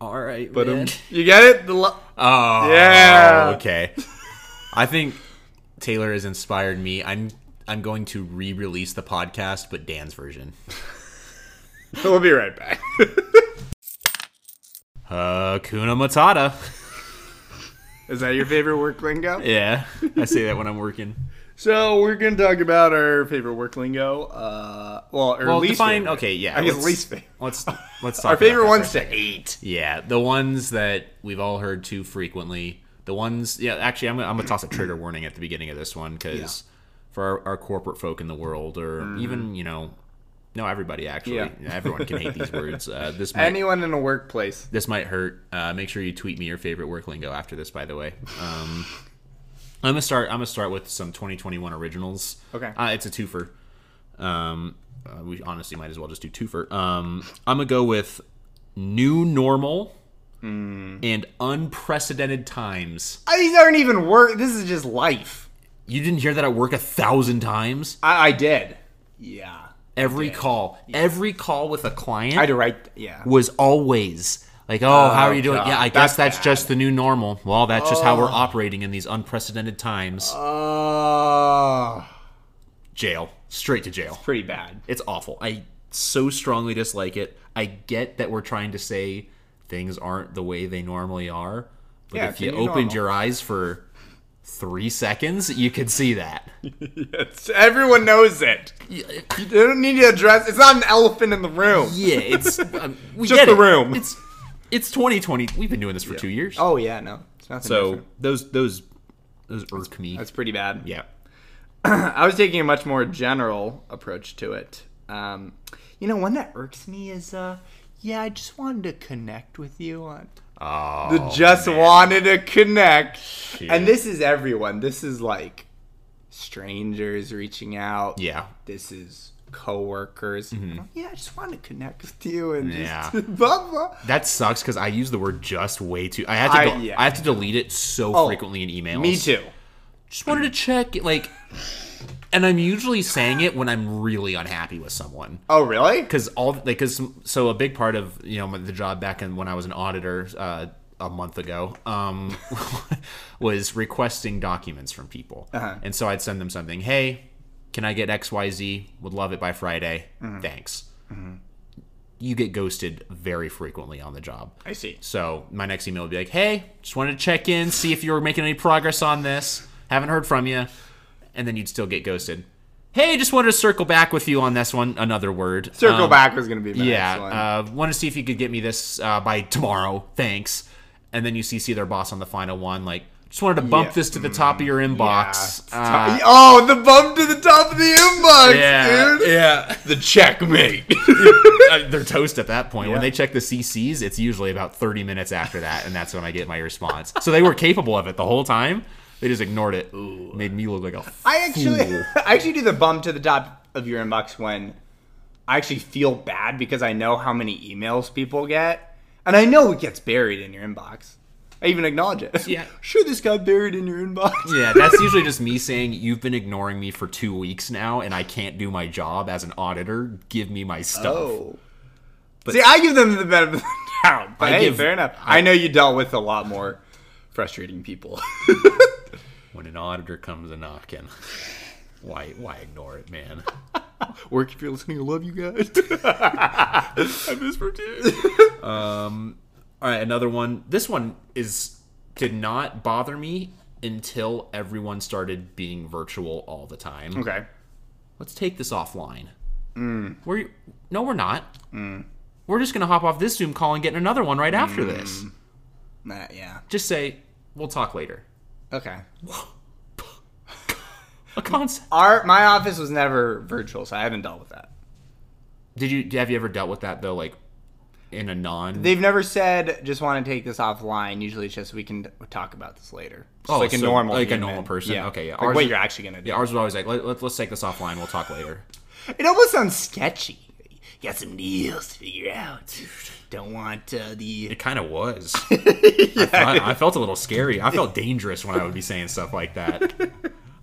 All right,
But um, you get it? The lo-
Oh,
Yeah.
Okay. I think Taylor has inspired me. I'm I'm going to re-release the podcast, but Dan's version.
we'll be right back.
Uh, Hakuna Matata.
Is that your favorite work lingo?
Yeah, I say that when I'm working.
So we're gonna talk about our favorite work lingo. Uh, well, or
Well,
least
define.
favorite.
Okay, yeah.
I guess
let's-
least favorite.
Let's let's talk.
Our
about
favorite
that
one's
for a
to eat.
second. Yeah, the ones that we've all heard too frequently. The ones. Yeah, actually, I'm gonna, I'm gonna toss a trigger warning at the beginning of this one because for our, our corporate folk in the world, or even you know, no, everybody actually,
Yeah.
everyone can hate these words. Uh, this might
Anyone in a workplace.
this might hurt. Uh, make sure you tweet me your favorite work lingo after this, by the way. Um, I'm gonna start. I'm gonna start with some 2021 originals.
Okay.
uh, it's a twofer. Um, uh, we honestly might as well just do twofer. Um, I'm gonna go with new normal
Hmm.
and unprecedented times.
These aren't even work. This is just life.
You didn't hear that at work a thousand times.
I, I did. Yeah.
Every call, every call with a client.
I had to write. Yeah.
was always like, "Oh, how are you doing?"
God,
yeah, I guess
that's Oh.
that's just the new normal. Well, that's just how we're operating in these unprecedented times.
Uh,
jail, straight to jail.
pretty bad.
It's awful. I so strongly dislike it. I get that we're trying to say things aren't the way they normally are, but
Yeah, it's
if
the
you
new
opened
normal.
your eyes for three seconds, you could see that.
It's, everyone knows it. You don't need to address. It's not an elephant in the room.
Yeah, it's um, we
Just
get
the
it.
room.
It's it's 2020. We've been doing this for two years.
Oh yeah, no, it's nothing.
so
different.
those those those irk me.
that's pretty bad.
yeah.
I was taking a much more general approach to it. Um, you know, one that irks me is, uh, yeah, I just wanted to connect with you on.
Oh,
The just wanted to connect. And this is everyone. This is like strangers reaching out.
Yeah. Mm-hmm.
This is coworkers. Oh, Yeah, I just wanted to connect with you and
Yeah.
just blah blah.
That sucks because I use the word just way too. I had to.
I-
go,
yeah.
I have to delete it so
Oh,
frequently in emails.
Me too.
Just wanted to check, like, and I'm usually saying it when I'm really unhappy with someone.
Oh really?
because all like because so a big part of you know my- the job back in when I was an auditor uh, a month ago um, was requesting documents from people,
Uh-huh.
and so I'd send them something. Hey, can I get X Y Z? Would love it by Friday.
Mm-hmm.
Thanks. You get ghosted very frequently on the job.
I see.
So my next email would be like, "Hey, just wanted to check in, see if you were making any progress on this. Haven't heard from you." And then you'd still get ghosted. "Hey, just wanted to circle back with you on this one, another word."
Circle
Um,
back was gonna be my
Yeah.
next one.
Uh, want to see if you could get me this uh, by tomorrow. uh, Thanks. and then you see see their boss on the final one. Like, just wanted to bump
Yeah.
this to the top of your inbox.
Yeah.
Uh,
oh, the bump to the top of the inbox,
yeah,
dude.
yeah.
The checkmate.
Uh, They're toast at that point. When
Yeah.
they check the CCs, it's usually about 30 minutes after that, and that's when I get my response. So they were capable of it the whole time. They just ignored it. Made me look like a
I actually,
Fool.
I actually do the bump to the top of your inbox when I actually feel bad because I know how many emails people get, and I know it gets buried in your inbox. I even acknowledge it.
Yeah.
sure, this got buried in your inbox.
Yeah, that's usually just me saying you've been ignoring me for two weeks now, and I can't do my job as an auditor. Give me my stuff.
Oh. See, I give them the benefit of the doubt, but
I
hey,
give-
fair enough. I, know you dealt with a lot more frustrating people.
When an auditor comes a knocking, why why ignore it, man?
Work if you're listening, I love you guys. I miss routine.
Um, All right, another one. This one is did not bother me until everyone started being virtual all the time.
Okay. Mm.
Let's take this offline. We're no, we're not. We're just gonna hop off this Zoom call and get in another one right
Mm.
after this.
Nah, yeah.
Just say we'll talk later.
Okay.
A concept.
Our my office was never virtual, so I haven't dealt with that.
Did you have you ever dealt with that though, like in a non?
They've never said just want to take this offline. Usually, it's just we can talk about this later. Just
Oh,
like a
so
normal,
like a
human.
normal person. Okay, yeah.
Like
Ours
what
is-
you're actually gonna do?
yeah, ours was always like let, let, let's take this offline. We'll talk later.
It almost sounds sketchy. You got some deals to figure out. Don't want uh, the.
It kind of was. I, I felt a little scary. I felt dangerous when I would be saying stuff like that.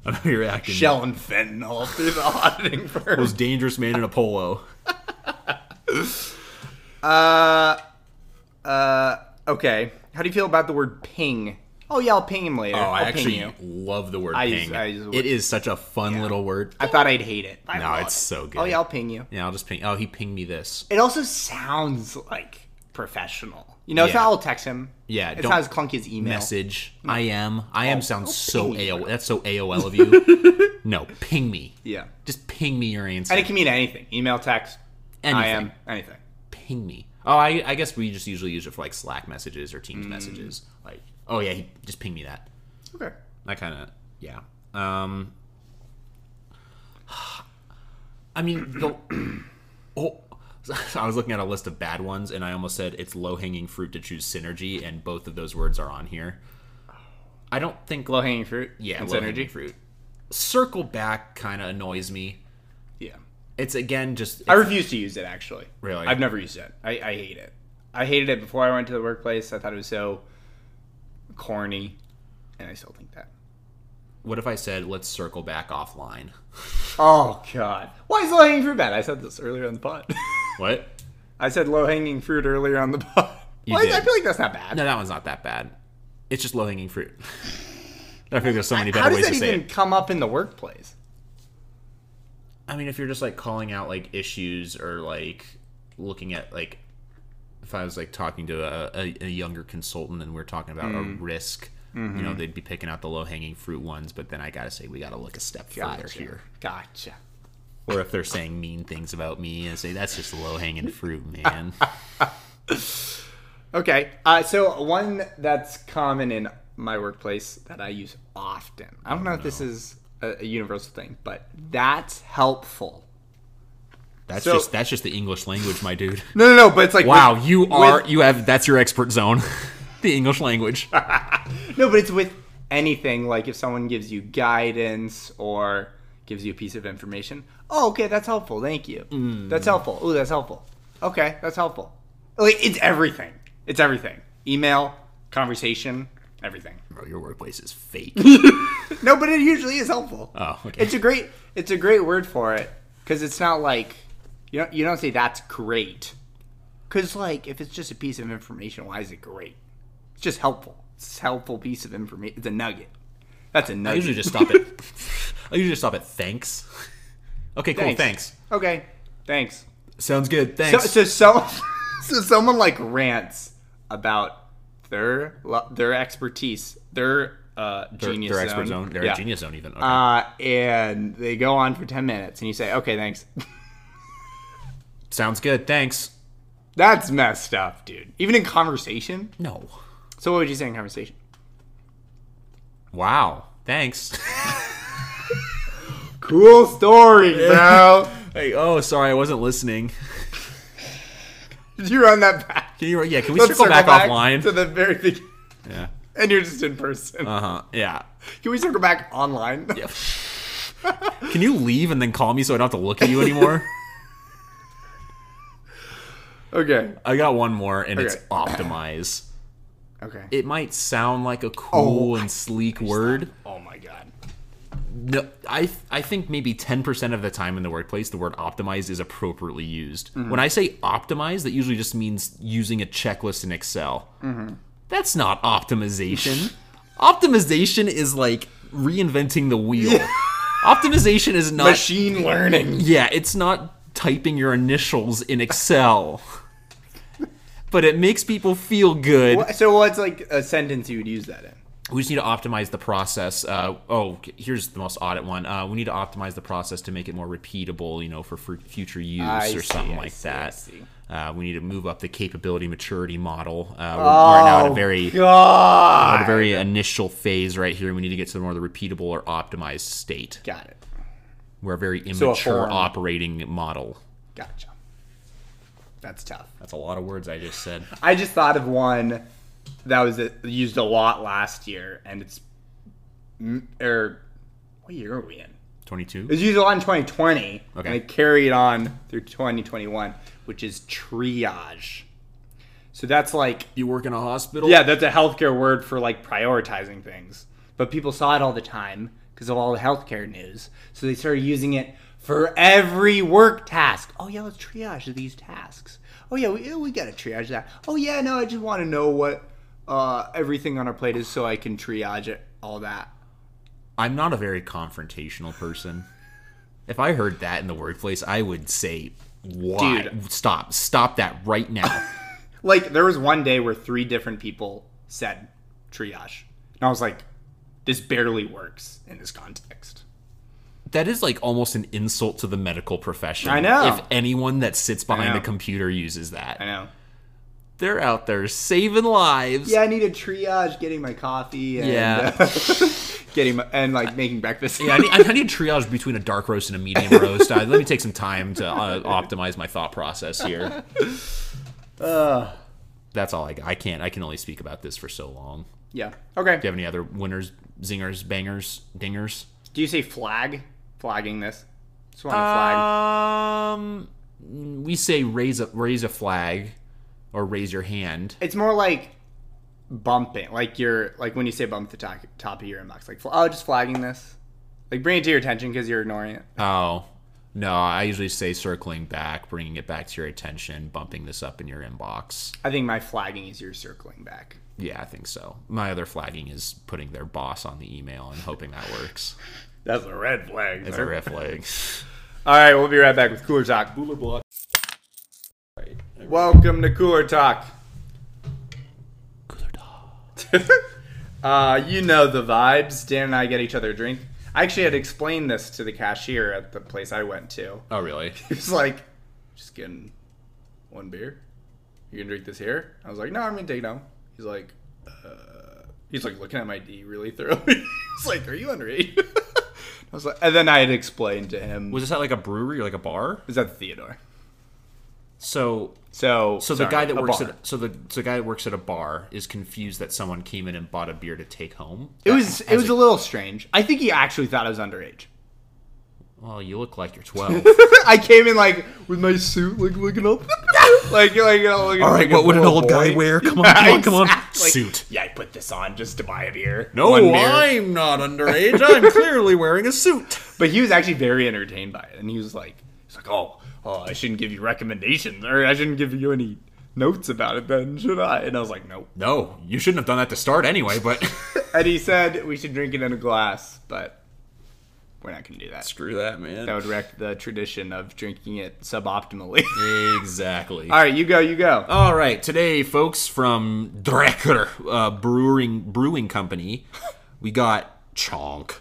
I know you're acting.
Shelling fentanyl through the auditing firm.
most dangerous man in a polo.
Uh, Okay. How do you feel about the word ping? Oh, yeah, I'll ping him later.
Oh, I
I'll
actually
Ping you.
love the word
I use-
ping.
I use the
it
word-
is such a fun little word.
I thought I'd hate it. I
no,
love
it's
it.
so good.
Oh, yeah, I'll ping you.
Yeah, I'll just ping. Oh, he pinged me this.
It also sounds like professional. You know, it's
Yeah.
not I'll text him.
Yeah,
It's
don't
not as clunky as email.
Message. I am. I am sounds so
Oh, ping me.
AOL. That's so AOL of you. no, ping me.
Yeah.
Just ping me your answer.
And it can mean anything email, text,
Anything.
I am, anything.
Ping me. Oh, I, I guess we just usually use it for like Slack messages or Teams messages. Like, oh yeah, he, just ping me that.
Okay.
I kind of yeah. Um, I mean, the, oh, I was looking at a list of bad ones, and I almost said it's low hanging fruit to choose synergy, and both of those words are on here. I don't think
Low hanging fruit.
yeah,
It's
low hanging
energy.
fruit. Circle back kind of annoys me.
Yeah.
It's again just
I refuse to use it actually.
Really?
I've never used it. I, I hate it. I hated it before I went to the workplace. I thought it was so corny, and I still think that.
what if I said let's circle back offline?
Oh God! Why is low hanging fruit bad? I said this earlier on the pod.
What?
I said low hanging fruit earlier on the pod.
You
Why is-
did.
I feel like that's not bad.
No, that one's not that bad. It's just low hanging fruit. I think there's so many
How does
better ways
that
to say it.
even come up in the workplace?
I mean, if you're just like calling out like issues or like looking at like, if I was like talking to a, a, a younger consultant and we're talking about
Mm.
a risk, you
Mm-hmm.
know, they'd be picking out the low hanging fruit ones. But then I gotta say, we gotta look a step further here.
Gotcha.
Or if they're saying mean things about me, and say that's just low hanging fruit, man.
Okay. Uh, so one that's common in my workplace that I use often. I don't know if this is a, a universal thing, but that's helpful.
That's
So-
just that's just the English language, my dude.
No, no, no. But it's like
Wow,
with-
you
with-
are you have that's your expert zone, the English language.
no, but it's with anything. Like if someone gives you guidance or gives you a piece of information. Oh, okay, that's helpful. Thank you.
Mm.
That's helpful. Oh, that's helpful. Okay, that's helpful. Like it's everything. It's everything. Email, conversation, everything.
Bro, your workplace is fake.
No, but it usually is helpful.
Oh, okay.
It's a great it's a great word for it because it's not like you don't you don't say that's great because like if it's just a piece of information, why is it great? It's just helpful. It's a helpful piece of information. It's a nugget. That's a
I
nugget.
usually just stop at I usually just stop at thanks. Okay, cool,
Thanks.
thanks.
okay. Thanks.
Sounds good.
So
Thanks.
so so, so someone like rants about their lo- their expertise, their uh,
they're,
genius
they're expert zone. They're
Yeah.
a genius zone even. Okay.
Uh, and they go on for ten minutes, and you say, "Okay, thanks."
Sounds good. Thanks.
That's messed up, dude. Even in conversation.
No.
So what would you say in conversation?
Wow. Thanks.
Cool story, bro.
hey, oh, sorry, I wasn't listening.
Did you run that back?
Can you? Yeah, can we
Let's
circle,
circle
back, offline?
to the very beginning.
yeah.
And you're just in person.
Uh huh. Yeah.
Can we circle back online?
Yeah. Can you leave and then call me so I don't have to look at you anymore?
Okay.
I got one more, and it's
Okay.
optimize.
Okay.
It might sound like a cool and sleek word.
oh my god.
No, I I think maybe ten percent of the time in the workplace, the word optimize is appropriately used.
Mm-hmm.
When I say optimize, that usually just means using a checklist in Excel.
Mm-hmm.
That's not optimization. optimization is like reinventing the wheel. Optimization is not.
Machine learning.
yeah, it's not typing your initials in Excel. but it makes people feel good.
What- So what's like a sentence you would use that in?
we just need to optimize the process. Uh, oh, k- here's the most audit one. Uh, we need to optimize the process to make it more repeatable, you know, for, fr- future use
I
or
see,
something
I
like
see, I
that.
see.
Uh, we need to move up the capability maturity model. Uh, we're, we're now at a very
Oh, God.
at a very initial phase right here. We need to get to the more the repeatable or optimized state.
Got it.
We're a very
a
immature
form.
operating model.
Gotcha. That's tough.
That's a lot of words I just said.
I just thought of one that was uh, used a lot last year, and it's m- or what year are we in? It
22.
was used a lot in 2020,
Okay.
and it carried on through 2021, which is triage. So that's like
You work in a hospital?
yeah, that's a healthcare word for like prioritizing things. But people saw it all the time because of all the healthcare news. So they started using it for every work task. Oh, yeah, let's triage these tasks. Oh, yeah, we, we got to triage that. Oh, yeah, no, I just want to know what uh, everything on our plate is so I can triage it, all that.
I'm not a very confrontational person. If I heard that in the workplace, I would say, "Why?
Dude.
Stop! Stop that right now!"
Like, there was one day where three different people said triage. And I was like, this barely works in this context.
that is like almost an insult to the medical profession.
I know.
If anyone that sits behind
know.
the computer uses
I
that,
know.
they're out there saving lives.
Yeah, I need a triage getting my coffee and
Yeah.
uh, getting my, and like making breakfast.
Yeah, I need, I need triage between a dark roast and a medium roast. Uh, let me take some time to uh, optimize my thought process here. That's all I got. I can't. I can only speak about this for so long.
Yeah. Okay.
Do you have any other winners, zingers, bangers, dingers?
Do you say flag? Flagging this. Just want to
Uh,
flag.
Um, we say raise a raise a flag, or raise your hand.
It's more like bumping, like you're like when you say bump the top, top of your inbox, like oh, just flagging this, like bring it to your attention because you're ignoring it.
Oh, no, I usually say circling back, bringing it back to your attention, bumping this up in your inbox.
I think my flagging is your circling back.
Yeah, I think so. My other flagging is putting their boss on the email and hoping that works.
That's a red flag.
It's a red flag.
All right, we'll be right back with Cooler Talk. Cooler Block. Welcome to Cooler Talk. Cooler Talk. uh, you know the vibes. Dan and I get each other a drink. I actually had explained this to the cashier at the place I went to.
oh, really?
He was like, just getting one beer. You gonna drink this here? I was like, no, I'm gonna take it home. He's like, uh, he's like looking at my D really thoroughly. he's like, are you underage? I was like, and then I had explained to him.
Was this at like a brewery or like a bar?
Is that Theodore?
So,
So,
so
sorry,
the guy that
a
works
bar.
at so the so the guy that works at a bar is confused that someone came in and bought a beer to take home.
it
That
was it
has
was a little strange. I think he actually thought I was underage.
Well, you look like you're 12.
I came in like with my suit, like looking up, like like, uh, looking
All right,
like a
what would an
little
old guy
boy.
wear? Come on, come on, come on.
Exactly.
Suit.
Yeah, I put this on just to buy a beer.
No,
One beer.
I'm not underage. I'm clearly wearing a suit.
But he was actually very entertained by it, and he was like, he's like, oh, oh, I shouldn't give you recommendations, or I shouldn't give you any notes about it, then should I? And I was like, nope.
No, you shouldn't have done that to start anyway, but
And he said we should drink it in a glass, but we're not gonna do that.
screw
That
that, man.
would wreck the tradition of drinking it suboptimally.
Exactly.
All right, you go, you go.
All right, today, folks from Drecker uh, Brewing Brewing Company, we got Chonk,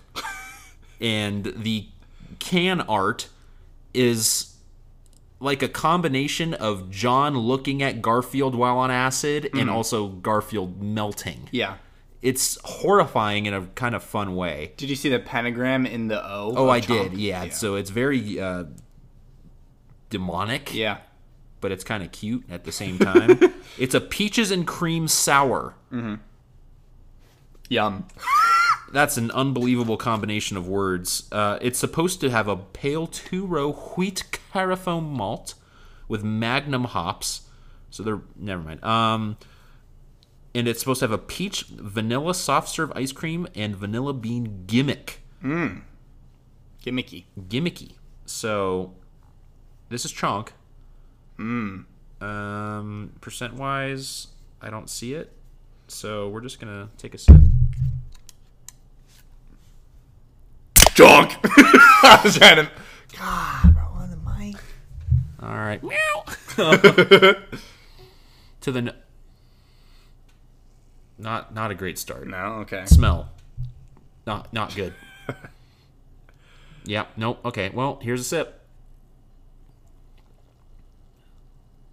and the can art is like a combination of John looking at Garfield while on acid and also Garfield melting.
Yeah.
It's horrifying in a kind of fun way.
Did you see the pentagram in the O?
Oh,
I
I did. Yeah. So it's very uh, demonic,
Yeah.
but it's kind of cute at the same time. it's a peaches and cream sour.
Yum.
That's an unbelievable combination of words. Uh, it's supposed to have a pale two row wheat carafone malt with magnum hops. So they're. Never mind. Um, and it's supposed to have a peach vanilla soft serve ice cream and vanilla bean gimmick.
Gimmicky.
Gimmicky. So this is Chonk. Um, percent wise, I don't see it. So we're just going to take a sip.
Junk. I was trying to. God, bro, on the mic.
All right. to the n- not not a great start.
No, okay.
Smell not not good. yeah. Nope. Okay. Well, here's a sip.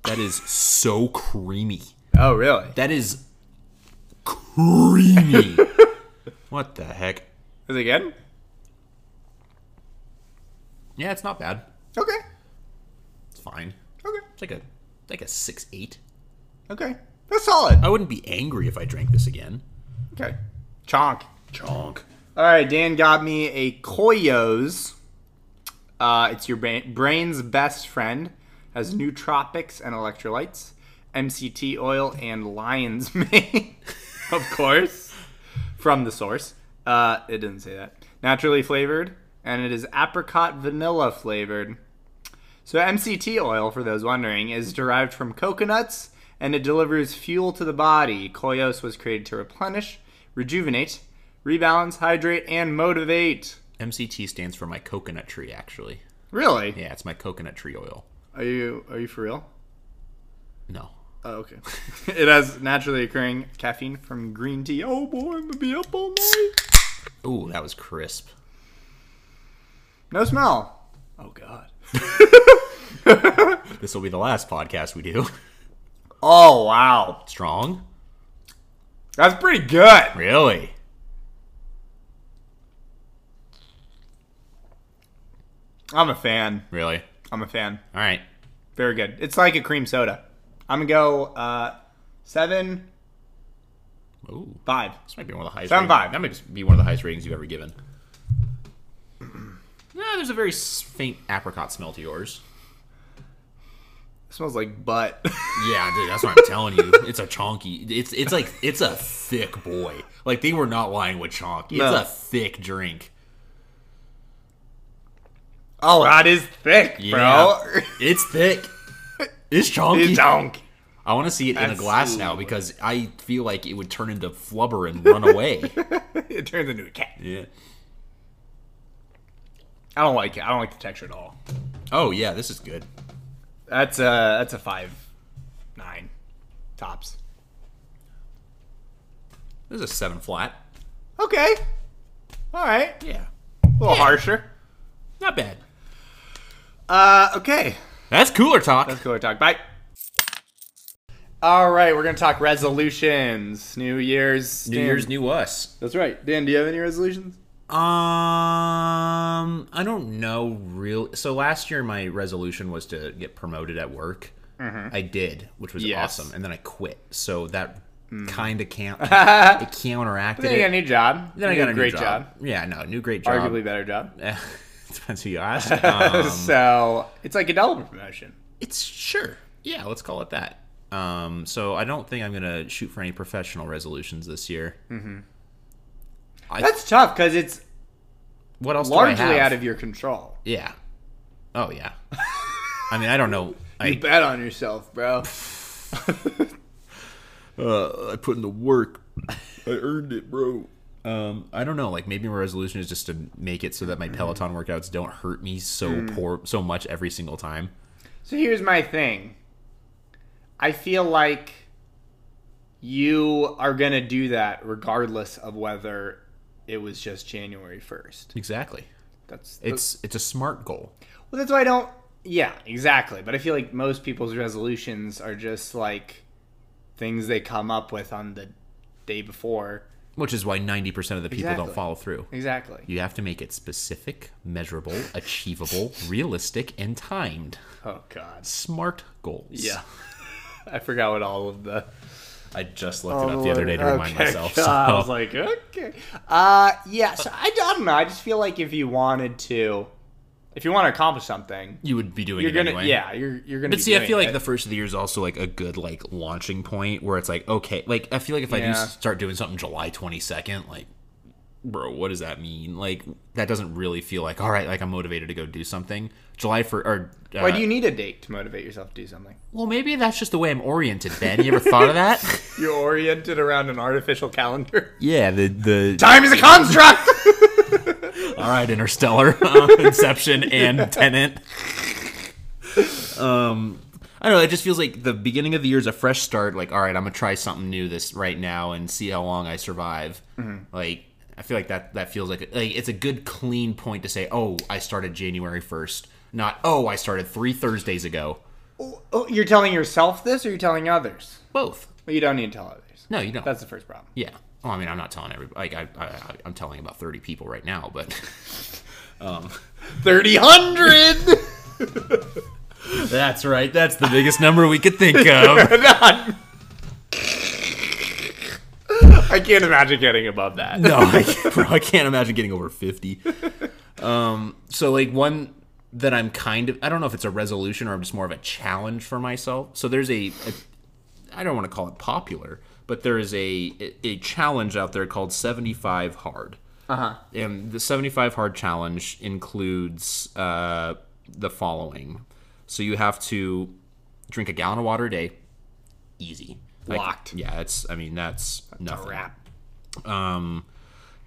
That is so creamy.
Oh, really?
That is creamy. what the heck?
Is it good?
Yeah, it's not bad.
Okay.
It's fine.
Okay.
It's like a like a six eight.
Okay. That's solid.
I wouldn't be angry if I drank this again.
Okay. Chonk.
Chonk.
All right, Dan got me a Koyos. Uh, it's your brain, brain's best friend. Has nootropics and electrolytes, MCT oil, and lion's mane, of course, from the source. Uh, it didn't say that. Naturally flavored, and it is apricot vanilla flavored. So, MCT oil, for those wondering, is derived from coconuts and it delivers fuel to the body. Koyos was created to replenish, rejuvenate, rebalance, hydrate, and motivate.
MCT stands for my coconut tree, actually.
Really?
Yeah, it's my coconut tree oil.
Are you are you for real?
No.
Oh, okay. it has naturally occurring caffeine from green tea. Oh boy, I'm gonna be up all night.
Ooh, that was crisp.
No smell. Oh god.
This will be the last podcast we do.
Oh wow.
Strong?
That's pretty good.
Really?
I'm a fan.
Really?
I'm a fan.
All right.
Very good. It's like a cream soda. I'm gonna go uh seven
Ooh.
five.
This might be one of the highest.
Seven
ratings-
five.
That might just be one of the highest ratings you've ever given. Yeah, there's a very s- faint apricot smell to yours.
It smells like butt.
Yeah, dude, that's what I'm telling you. It's a chunky. It's it's like it's a thick boy. Like they were not lying with chonk. It's
No.
a thick drink.
oh, that is thick, bro.
It's thick. It's chonky.
It's donk.
I want to see it in a
That's-
glass now
ooh.
because I feel like it would turn into flubber and run away.
It turns into a cat.
yeah.
I don't like it. I don't like the texture at all.
Oh yeah, this is good.
That's a that's a five, nine, tops.
This is a seven flat.
Okay. All right.
Yeah,
A little harsher.
not bad.
Uh, okay.
That's cooler talk.
Let's go and talk. Bye. All right, we're gonna talk resolutions. New Year's.
New
Dan-
Year's, new us.
That's right. Dan, do you have any resolutions?
Um, I don't know real. So last year, my resolution was to get promoted at work. I did, which was
Yes.
awesome, and then I quit. So that kind of can't it counteracted
Then you got a
it.
new job.
Then I
You
got
did
a new
great
Yeah, no, new great job.
Arguably better job.
depends who you ask. Um,
so it's like a double promotion.
It's sure. Yeah, let's call it that. Um, so I don't think I'm gonna shoot for any professional resolutions this year.
Hmm. That's tough because it's
What else do I
largely
have?
out of your control.
yeah. Oh yeah. I mean, I don't know.
You
I
bet on yourself, bro.
uh, I put in the work. I earned it, bro. Um, I don't know. Like maybe my resolution is just to make it so that my Peloton workouts don't hurt me so
Hmm.
poor so much every single time.
So here's my thing. I feel like you are going to do that regardless of whether it was just January 1st.
Exactly.
That's
It's it's a smart goal.
Well, that's why I don't Yeah, exactly. But I feel like most people's resolutions are just like things they come up with on the day before.
Which is why 90% of the people
Exactly.
don't follow through.
Exactly.
You have to make it specific, measurable, achievable, realistic, and timed.
Oh God.
Smart goals.
Yeah. I forgot what all of the.
I just looked it up the other day to remind
Oh, Okay,
myself.
God, I was
so-
like, okay. Uh, yeah. So I, don't know. I just feel like if you wanted to, if you want to accomplish something,
you would be doing
you're
it
gonna.
anyway.
Yeah, you're you're gonna.
But
be
see, I
doing
feel like
it.
the first of the year is also like a good like launching point where it's like okay, like I feel like if I do
Yeah.
s- start doing something July twenty second, like bro, what does that mean? Like that doesn't really feel like all right, like I'm motivated to go do something. July for or uh,
Why do you need a date to motivate yourself to do something?
well maybe that's just the way I'm oriented. Ben, you ever thought of that?
You're oriented around an artificial calendar.
yeah, the the
Time is a construct.
All right, Interstellar, uh, Inception, and Tenant. Um, I don't know. It just feels like the beginning of the year is a fresh start. Like, all right, I'm gonna try something new this right now and see how long I survive. Like, I feel like that that feels like like it's a good clean point to say, oh, I started January first, not oh, I started three Thursdays ago.
oh, you're telling yourself this, or you're telling others?
Both.
Well, you don't need to tell others.
No, you don't.
That's the first problem.
Yeah. Well, I mean, I'm not telling everybody. Like, I, I, I I'm telling about 30 people right now, but. Um,
Thirty hundred.
that's right. That's the biggest number we could think of.
I can't imagine getting above that.
no, I can't, bro, I can't imagine getting over 50. Um, so like one that I'm kind of I don't know if it's a resolution or I'm just more of a challenge for myself. So there's a, a I don't want to call it popular, but there is a a challenge out there called 75 hard. Uh-huh. And the 75 hard challenge includes uh, the following. So you have to drink a gallon of water a day. Easy. Like,
Locked.
yeah, it's I mean that's nothing
Crap.
um,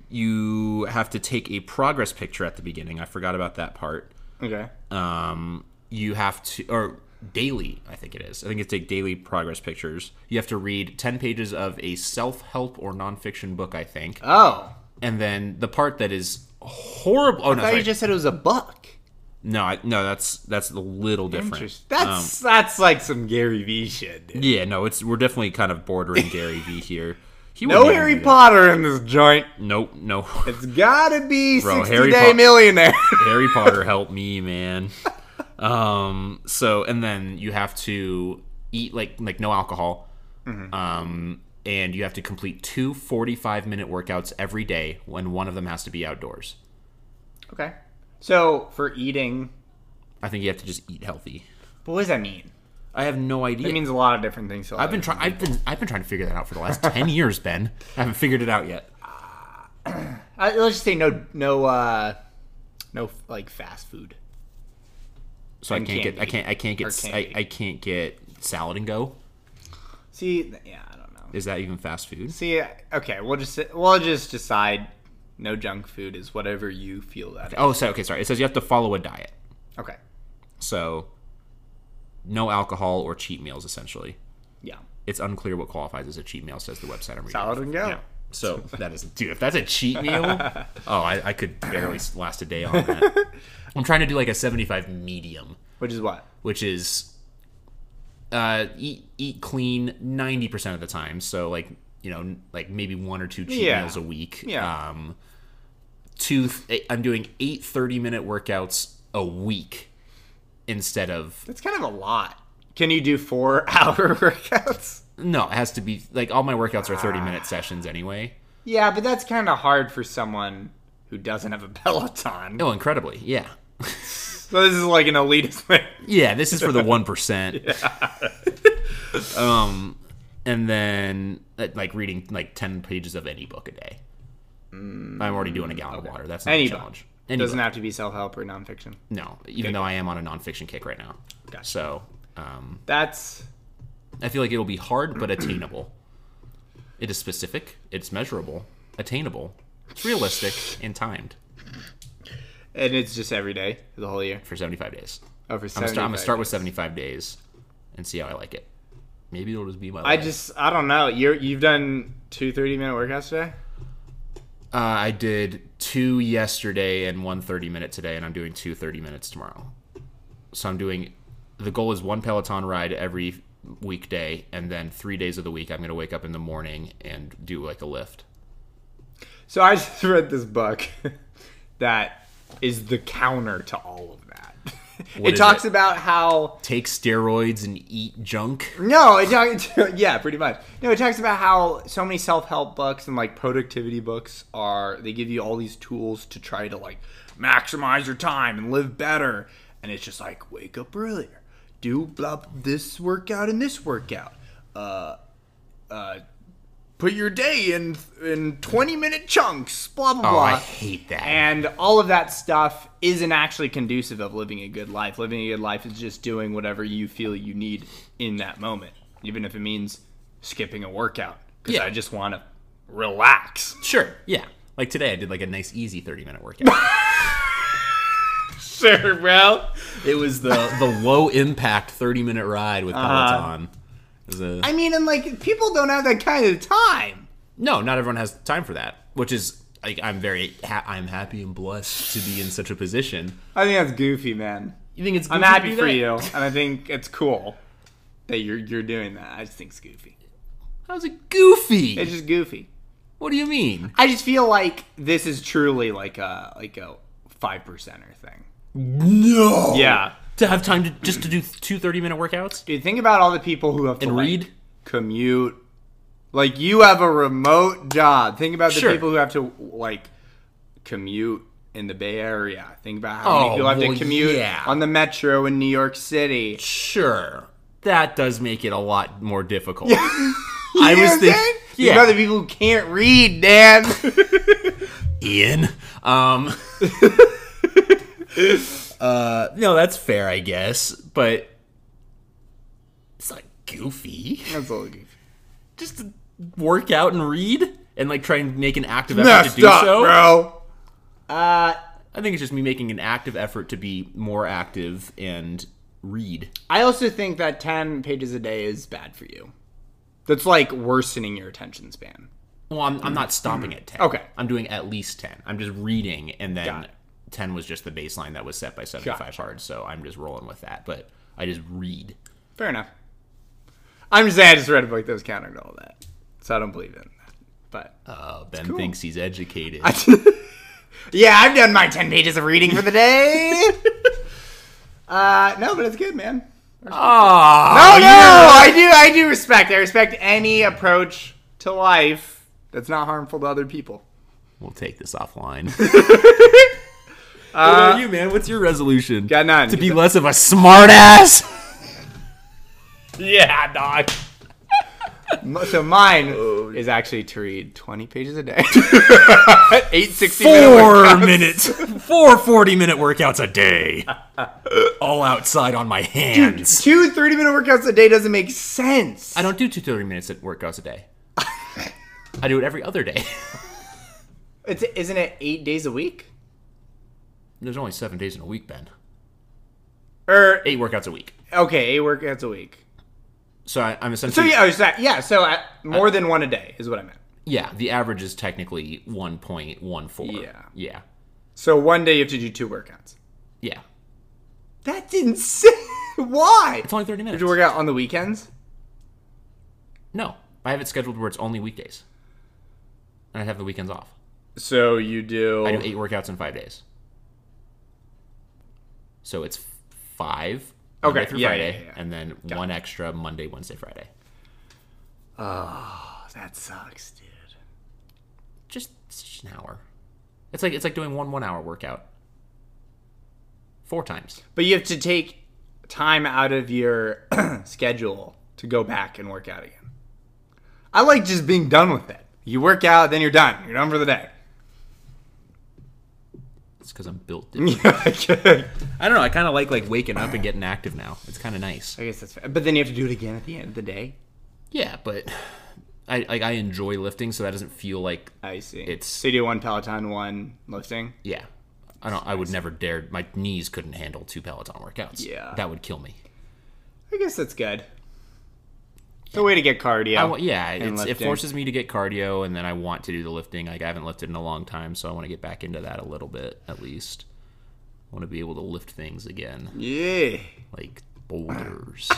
you have to take a progress picture at the beginning. I forgot about that part.
Okay.
Um, you have to, or daily, I think it is. I think it's take daily progress pictures. You have to read 10 pages of a self help or nonfiction book, I think.
Oh,
And then the part that is horrible. Oh, no,
I thought you
sorry.
just said it was a buck.
no, I, no, that's that's a little different.
Interesting. Um, That's that's like some Gary Vee shit. Dude.
Yeah, no, it's we're definitely kind of bordering Gary Vee here. He
No
wouldn't even
Harry
do that.
Potter in this joint.
Nope, no.
It's gotta be
Bro,
sixty
Harry
day
Pot-
millionaire.
Harry Potter help me, man. Um, so and then you have to eat like like no alcohol.
Mm-hmm.
Um, and you have to complete two 45 minute workouts every day when one of them has to be outdoors.
okay. So for eating,
I think you have to just eat healthy.
but what does that mean?
I have no idea.
It means a lot of different things. To a lot
I've been
of-
trying I've been I've been trying to figure that out for the last 10 years, Ben. I haven't figured it out yet.
I, let's just say no, no, uh no, like fast food.
So I
And
can't get I
candy.
can't I can't
Or
get I,
candy.
I can't get salad and go.
See, th- yeah, I don't know.
Is that even fast food?
See, okay, we'll just we'll just decide. No junk food is whatever you feel that.
Oh, so okay, sorry. It says you have to follow a diet.
Okay.
So, no alcohol or cheat meals, essentially.
Yeah.
It's unclear what qualifies as a cheat meal, says the website I'm reading.
Salad and go.
Yeah. So, that is, dude, if that's a cheat meal, oh, I, I could barely s- last a day on that. I'm trying to do like a 75 medium,
Which is what?
which is uh, eat, eat clean 90% of the time. So, like, you know, n- like maybe one or two cheat
Yeah.
meals a week.
Yeah.
Um, two, th- eh, I'm doing eight 30 minute workouts a week instead of
That's kind of a lot. Can you do four hour workouts?
No, it has to be like all my workouts are 30 minute sessions anyway.
Yeah, but that's kind of hard for someone who doesn't have a Peloton.
Oh, incredibly. Yeah.
So this is like an elitist thing.
Yeah, this is for the 1%. um and then uh, like reading like 10 pages of any book a day. I'm already doing a gallon of water. That's not
Mm, Any
a
book.
challenge.
It
Any
doesn't
book.
have to be self help or nonfiction.
No, even though I am on a nonfiction kick right now.
Gotcha.
So, um
That's
I feel like it'll be hard but attainable. it is specific, it's measurable, attainable, it's realistic and timed
and it's just every day for the whole year.
for 75 days.
Over
I'm gonna, start, I'm gonna
75
start with 75 days and see how I like it. Maybe it'll just be my.
I
life.
just I don't know. You are you've done two 30 minute workouts today?
uh, I did two yesterday and one 30 minute today, and I'm doing two 30 minutes tomorrow. So I'm doing the goal is one Peloton ride every weekday, and then three days of the week I'm going to wake up in the morning and do like a lift.
So I just read this book that is the counter to all of that.
What
it
is
talks
it?
about how
Take steroids and eat junk.
No, it talk, yeah, pretty much. No, it talks about how so many self-help books and like productivity books are they give you all these tools to try to like maximize your time and live better, and it's just like wake up earlier, do blah, this workout and this workout, uh, uh, put your day in in twenty minute chunks, blah blah
Oh,
blah.
I hate that.
And all of that stuff isn't actually conducive of living a good life. Living a good life is just doing whatever you feel you need in that moment, even if it means skipping a workout because
Yeah.
I just want to relax.
sure, yeah. Like today, I did like a nice, easy 30 minute workout.
Sure, bro.
it was the the low impact 30 minute ride with Peloton. It was a-
I mean, and like people don't have that kind of time.
no, not everyone has time for that, which is like I'm very ha- I'm happy and blessed to be in such a position.
I think that's goofy, man.
You think it's
I'm
goofy to
happy
do
for
that?
you, and I think it's cool that you're you're doing that. I just think it's goofy.
How's it goofy?
It's just goofy.
what do you mean?
I just feel like this is truly like a like a five percenter thing.
No.
Oh, Yeah.
To have time to just to do two 30 minute workouts
Dude, think about all the people who have to
and
like,
read.
commute. Like you have a remote job. Think about the
Sure.
people who have to like commute in the Bay Area. Think about how many
Oh,
people have
well,
to commute
yeah.
on the metro in New York City.
Sure. That does make it a lot more difficult.
I
was think-
Think
yeah.
about the people who can't read, Dan.
Ian. Um, uh, no, that's fair, I guess, but it's not goofy.
That's a little goofy.
Just to work out and read and like try and make an active effort
Messed
to do
up,
so.
bro. Uh,
I think it's just me making an active effort to be more active and read.
I also think that ten pages a day is bad for you. That's like worsening your attention span.
Well, I'm, I'm not stopping at 10.
Okay.
I'm doing at least 10. I'm just reading, and
Got
then
it.
10 was just the baseline that was set by 75 hard, so I'm just rolling with that. But I just read.
Fair enough. I'm just saying I just read a book that was countering to all that, so I don't believe in that. But
Uh, ben thinks he's educated.
yeah, I've done my ten pages of reading for the day. uh, no, but it's good, man.
Ah,
Oh no, I do, I do respect. I respect any approach to life that's not harmful to other people.
we'll take this offline. what about you, man? What's your resolution?
Uh, Got none.
to be less of a smartass. yeah, dog.
so mine is actually to read twenty pages a day, eight sixty
Four minutes, four 40 minute workouts a day, all outside on my hands.
Two 30 minute workouts a day doesn't make sense.
I don't do two 30 minutes at workouts a day. I do it every other day.
It's, isn't it eight days a week?
There's only seven days in a week, Ben.
Or
Eight workouts a week.
okay, eight workouts a week.
So I, I'm
So
essentially
yeah, oh, so, yeah. So I, more than one a day is what I meant.
yeah. The average is technically 1.14.
Yeah.
yeah,
So one day you have to do two workouts.
yeah.
That's insane. Why?
It's only 30 minutes.
Did you work out on the weekends?
No, I have it scheduled where it's only weekdays, and I have the weekends off.
So you do.
I do eight workouts in five days, so it's five. Monday
Okay,
through
yeah,
Friday,
yeah, yeah, yeah.
and then one extra Monday, Wednesday, Friday.
Oh, that sucks, dude.
Just, it's just an hour. It's like it's like doing one one hour workout four times.
But you have to take time out of your schedule to go back and work out again. I like just being done with it. You work out, then you're done. You're done for the day.
It's because I'm built. Different. I don't know. I kind of like like waking up and getting active now. It's kind of nice.
I guess that's fair. But then you have to do it again at the end of the day.
Yeah, but I like I enjoy lifting, so that doesn't feel like
I see.
It's-
so you do one Peloton, one lifting.
Yeah. I don't I would never dare my knees couldn't handle two Peloton workouts.
Yeah.
That would kill me.
I guess that's good. It's a way to get cardio.
I wa- yeah, it's, it
Oh. lifting.
forces me to get cardio and then I want to do the lifting. Like I haven't lifted in a long time, so I want to get back into that a little bit at least. I want to be able to lift things again,
Yeah.
like boulders.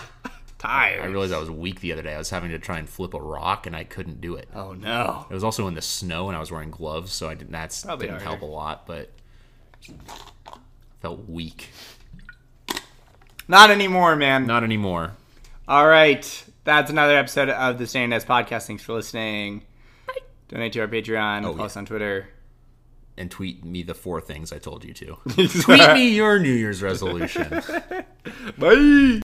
Tired.
I realized I was weak the other day. I was having to try and flip a rock, and I couldn't do it.
oh no.
It was also in the snow, and I was wearing gloves, so I didn't. That's
Probably
didn't
harder.
help a lot, but felt weak.
Not anymore, man.
Not anymore.
All right. That's another episode of the Standing Desk Podcast. Thanks for listening. Donate to our Patreon.
Oh,
Follow us on Twitter.
And tweet me the four things I told you to. tweet me your New Year's resolution.
Bye.